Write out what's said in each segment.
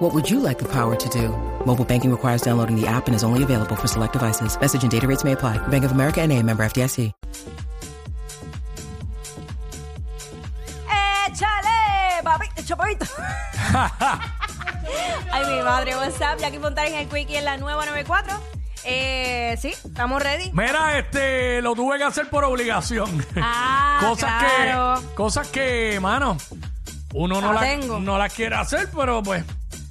What would you like the power to do? Mobile banking requires downloading the app and is only available for select devices. Message and data rates may apply. Bank of America and a member FDIC. ¡Échale! Papito, chapito. Ay, mi madre, WhatsApp, Jackie Fontana en el Quickie en la nueva 94. Eh, sí, estamos ready. Mira, este, lo tuve que hacer por obligación. Ah, cosas claro. que, cosas que, mano, uno no Lo las tengo. no las quiere hacer, pero pues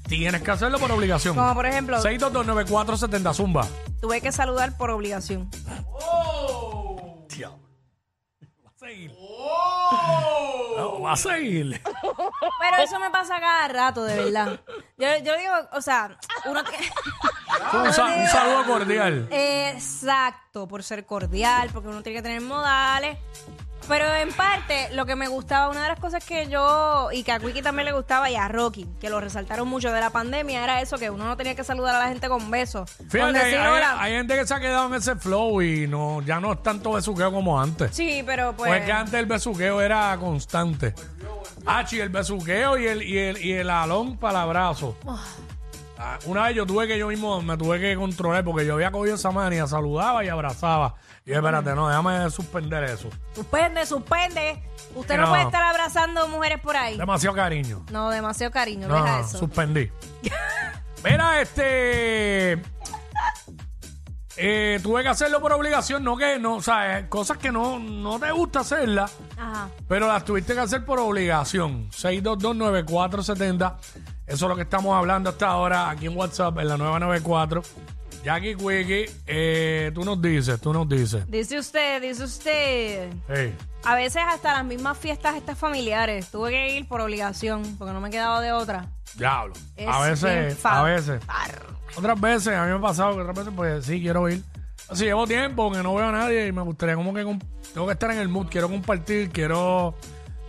tienes que hacerlo por obligación. Como por ejemplo, 6229470 Zumba. tuve que saludar por obligación. Diablo. Va a seguir. No, va a seguir. Pero eso me pasa cada rato, de verdad. Yo, yo digo, o sea, uno que- Ah, un, sa- un saludo cordial. Exacto, por ser cordial, porque uno tiene que tener modales. Pero en parte, lo que me gustaba, una de las cosas que yo, y que a Quiki también le gustaba, y a Rocky, que lo resaltaron mucho de la pandemia, era eso, que uno no tenía que saludar a la gente con besos. con Fíjate, hay, decir hola. hay gente que se ha quedado en ese flow y no, ya no es tanto besuqueo como antes. Sí, pero pues... Pues es que antes el besuqueo era constante. Hachi, el besuqueo y el, y el, y el alón para el abrazo. Ah, Una vez yo tuve que yo mismo me tuve que controlar porque yo había cogido esa manía, saludaba y abrazaba. Y yo, espérate, no, déjame suspender eso. Suspende, suspende. Usted no. No. puede estar abrazando mujeres por ahí. Demasiado cariño. No, demasiado cariño, No, deja no, eso. suspendí. Mira, este. eh, tuve que hacerlo por obligación, no que no, o sea, eh, cosas que no, no te gusta hacerlas. Ajá. Pero las tuviste que hacer por obligación. 6229470. Eso es lo que estamos hablando hasta ahora aquí en WhatsApp, en la 994. Jackie Quickie, eh, tú nos dices, tú nos dices. Dice usted, dice usted... Hey, A veces hasta las mismas fiestas estas familiares tuve que ir por obligación porque no me quedaba de otra. diablo. Es a bien veces, fa- a veces. Otras veces, a mí me ha pasado que otras veces, pues sí, quiero ir. Si llevo tiempo que no veo a nadie y me gustaría como que comp- tengo que estar en el mood, quiero compartir, quiero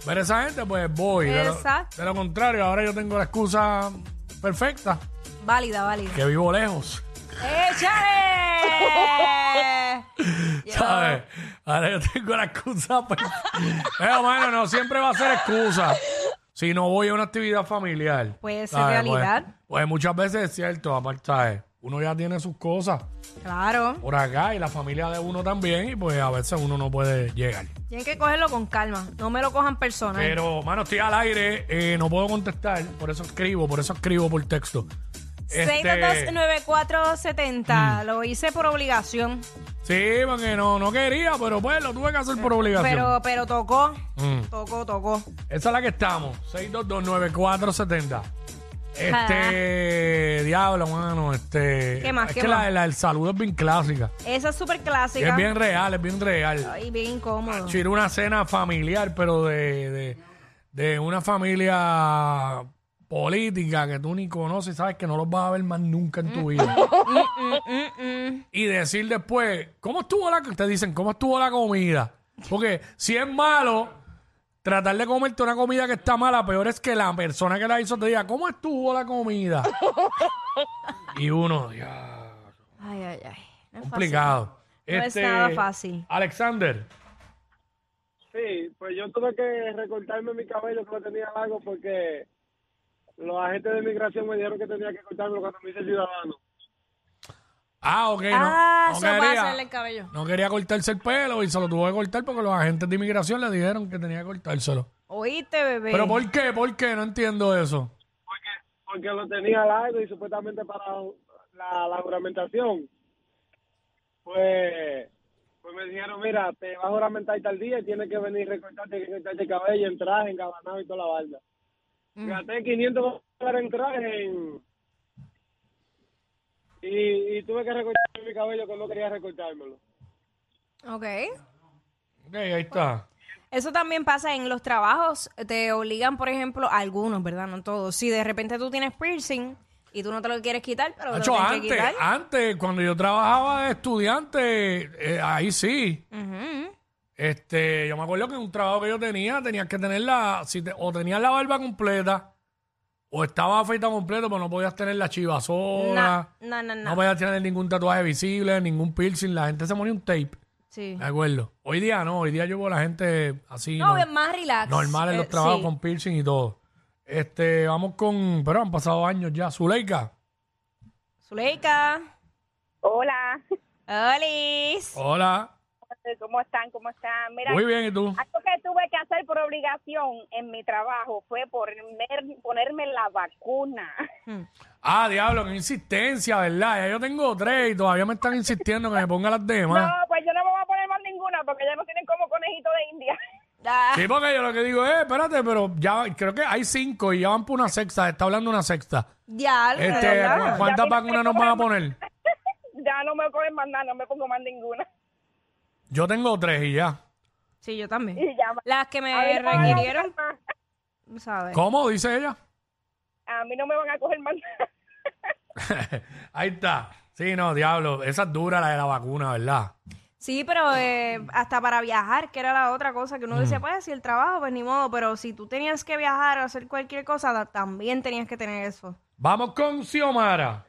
ver a esa gente, pues voy. De lo- Exacto. de lo contrario, ahora yo tengo la excusa perfecta, Válida, válida. que vivo lejos. ¡Échale! Yo- ¿Sabes? Ahora yo tengo la excusa. Pero, Pero, mano, no siempre va a ser excusa. Si no voy a una actividad familiar. Puede ser ¿sabes? realidad. Pues, pues muchas veces es cierto, aparte, ¿sabes? uno ya tiene sus cosas Claro. por acá y la familia de uno también, y pues a veces uno no puede llegar. Tienen que cogerlo con calma. No me lo cojan personal. Pero, mano, estoy al aire, eh, no puedo contestar, por eso escribo, por eso escribo por texto. Este, 6229470. Lo hice por obligación. sí, porque no, no quería, pero pues lo tuve que hacer por obligación. Pero, pero tocó. Mm. Tocó, tocó. Esa es la que estamos. 6229470. Este. Diablo, mano. Este. Ah. ¿Qué más, Es qué que más? la, la- el saludo es bien clásica. Esa es súper Y clásica. es bien real, es bien real. Ay, bien incómodo. Si era una cena familiar, pero de, de, de una familia política que tú ni conoces, sabes que no los vas a ver más nunca Mm. en tu vida. Y decir después, ¿cómo estuvo la Te dicen, ¿cómo estuvo la comida? Porque si es malo, tratar de comerte una comida que está mala, peor es que la persona que la hizo te diga, ¿cómo estuvo la comida? y uno, ya, Ay, ay, ay. No es fácil. complicado. Este, No es nada fácil. Alexander. Sí, pues yo tuve que recortarme mi cabello que lo tenía largo porque los agentes de migración me dijeron que tenía que cortármelo cuando me hice ciudadano. Ah, ok. no- Ah, no, eso va a quería, hacerle el cabello. no quería cortarse el pelo y se lo tuvo que cortar porque los agentes de inmigración le dijeron que tenía que cortárselo. Oíste, bebé. ¿Pero por qué? ¿Por qué? No entiendo eso. Porque, porque lo tenía largo y supuestamente para la, la juramentación. Pues, pues me dijeron, mira, te vas a juramentar tal día y tienes que venir y recortarte, recortarte el cabello, en traje, engabanado y toda la balda. Gasté 500 dólares en traje en- Y, y tuve que recortarme mi cabello cuando quería recortármelo. Ok. Ok, ahí está. Eso también pasa en los trabajos. Te obligan, por ejemplo, a algunos, ¿verdad? No todos. Si de repente tú tienes piercing y tú no te lo quieres quitar, pero te Nacho, lo tienes que antes, quitar. antes, cuando yo trabajaba de estudiante, eh, ahí sí. Ujú. Este, yo me acuerdo que en un trabajo que yo tenía, tenías que tener la, si te- o tenías la barba completa, o estaba feita completa, pero no podías tener la chiva sola, No, no, no. no. podías tener ningún tatuaje visible, ningún piercing, la gente se ponía un tape, Sí. me acuerdo. Hoy día no, hoy día yo veo a la gente así, No, no- bien más relax. normal en los Eh, trabajos sí. con piercing y todo. Este, vamos con, pero han pasado años ya, Zuleika. Zuleika. Hola, Olis. Oh. Hola, ¿cómo están? ¿Cómo están? Mira, muy bien, ¿y tú? algo que tuve que hacer por obligación en mi trabajo fue ponerme, ponerme la vacuna. Ah, diablo, qué insistencia, ¿verdad? Ya yo tengo tres y todavía me están insistiendo que me ponga las demás. No, pues yo no me voy a poner más ninguna porque ya no tienen como conejito de India. Ah, Sí, porque yo lo que digo es, espérate, pero ya creo que hay cinco y ya van por una sexta, está hablando una sexta. Ya, lo- Este, ¿verdad? ¿cu- ¿Cuántas vacunas nos van a poner? Ya no me ponen más nada, no me pongo más ninguna. Yo tengo tres y ya. Sí, yo también. Y ya, Las que me a mí no me van a requirieron, coger más. ¿sabes? ¿Cómo? Dice ella. A mí no me van a coger más nada. Ahí está. Sí, no, diablo, esa es dura la de la vacuna, ¿verdad? Sí, pero eh, hasta para viajar, que era la otra cosa que uno decía, pues si el trabajo, pues ni modo, pero si tú tenías que viajar o hacer cualquier cosa, da- también tenías que tener eso. Vamos con Xiomara.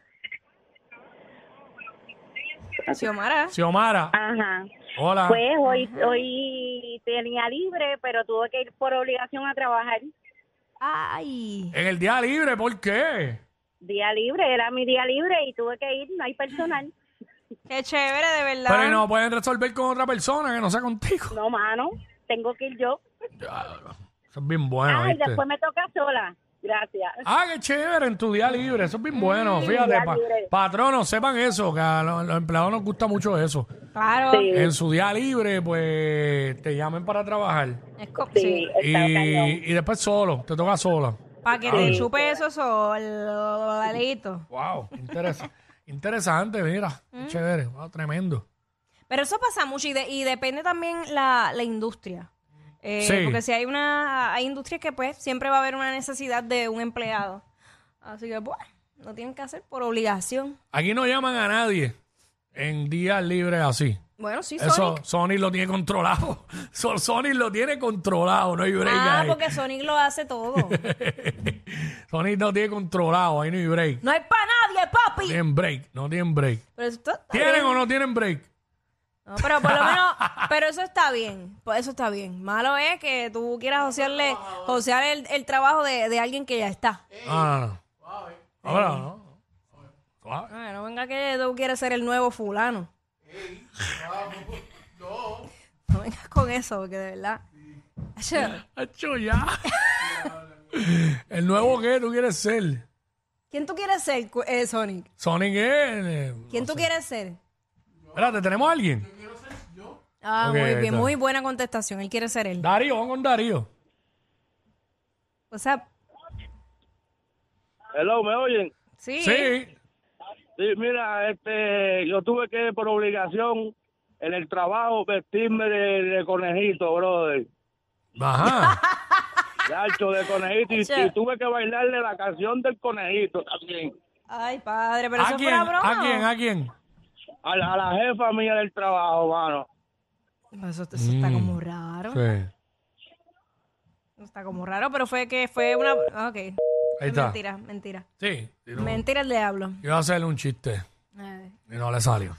Xiomara. Xiomara, Ajá. hola. Pues hoy, hoy tenía libre, pero tuve que ir por obligación a trabajar. Ay. En el día libre, ¿por qué? Día libre, era mi día libre y tuve que ir, no hay personal. Qué chévere, de verdad. Pero no pueden resolver con otra persona que no sea contigo. No, mano, tengo que ir yo. Eso es bien bueno, Ay, ¿viste? después me toca sola. Gracias. Ah, qué chévere, en tu día libre. Eso es bien bueno. Fíjate, día pa- libre. patronos, sepan eso, que a los, los empleados nos gusta mucho eso. Claro. Sí, En su día libre, pues te llamen para trabajar. Es co- sí, sí. está cañón. Y, y después solo, te toca sola. Para que te chupe eso solito. Wow, interesa- interesante, mira. Mm. Qué chévere, wow, tremendo. Pero eso pasa mucho y, de- y depende también la, la industria. Eh, Sí. Porque si hay una hay industrias que pues siempre va a haber una necesidad de un empleado. Así que pues lo tienen que hacer por obligación. Aquí no llaman a nadie en días libres así. Bueno, sí, Eso Sonic. Sony lo tiene controlado. So- Sony lo tiene controlado, no hay break. Ah, ahí. porque Sonic lo hace todo. Sony lo tiene controlado, ahí no hay break. no hay para nadie, No papi. tienen break, no tienen break. Pero eso está está ¿Tienen bien. o no tienen break? No, pero por lo menos, pero eso está bien. Pues eso está bien. Malo es que tú quieras josearle, josear el, el trabajo de, de alguien que ya está. No, no, no. Ahora no. Suave. Ay, no venga que tú quieres ser el nuevo fulano. no. vengas con eso, porque de verdad. Acho, Hacho, ya. El nuevo que tú quieres ser. ¿Quién tú quieres ser, cu- eh, Sonic? Sonic es. eh, ¿Quién tú quieres ser? Espérate, ¿tenemos a alguien? Ah, Ok, ahí muy bien, está. muy buena contestación. Él quiere ser él. Darío, vamos con Darío. O sea, Hello, ¿me oyen? sí. Sí. Sí, mira, este, yo tuve que por obligación en el trabajo vestirme de, de conejito, brother. Ajá. Chacho, de conejito. Y, Chacho. y tuve que bailarle la canción del conejito también. Ay, padre, pero ¿A eso quién? fue una broma. ¿A quién? ¿A quién? A la, a la jefa mía del trabajo, mano. Eso, eso está Mm. como raro. Sí. Está como raro, pero fue que fue una. ah, Ok. Ahí Es está. Mentira, mentira. Sí. Mentira el diablo. Yo iba a hacerle un chiste Eh, y no le salió.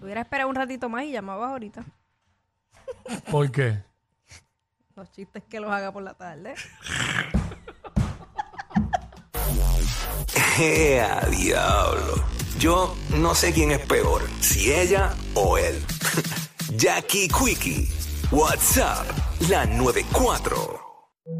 Hubiera esperado un ratito más y llamabas ahorita. ¿Por qué? Los chistes que los haga por la tarde. ¡Ea, diablo! Yo no sé quién es peor, si ella o él. Jackie Quickie, WhatsApp, la 94.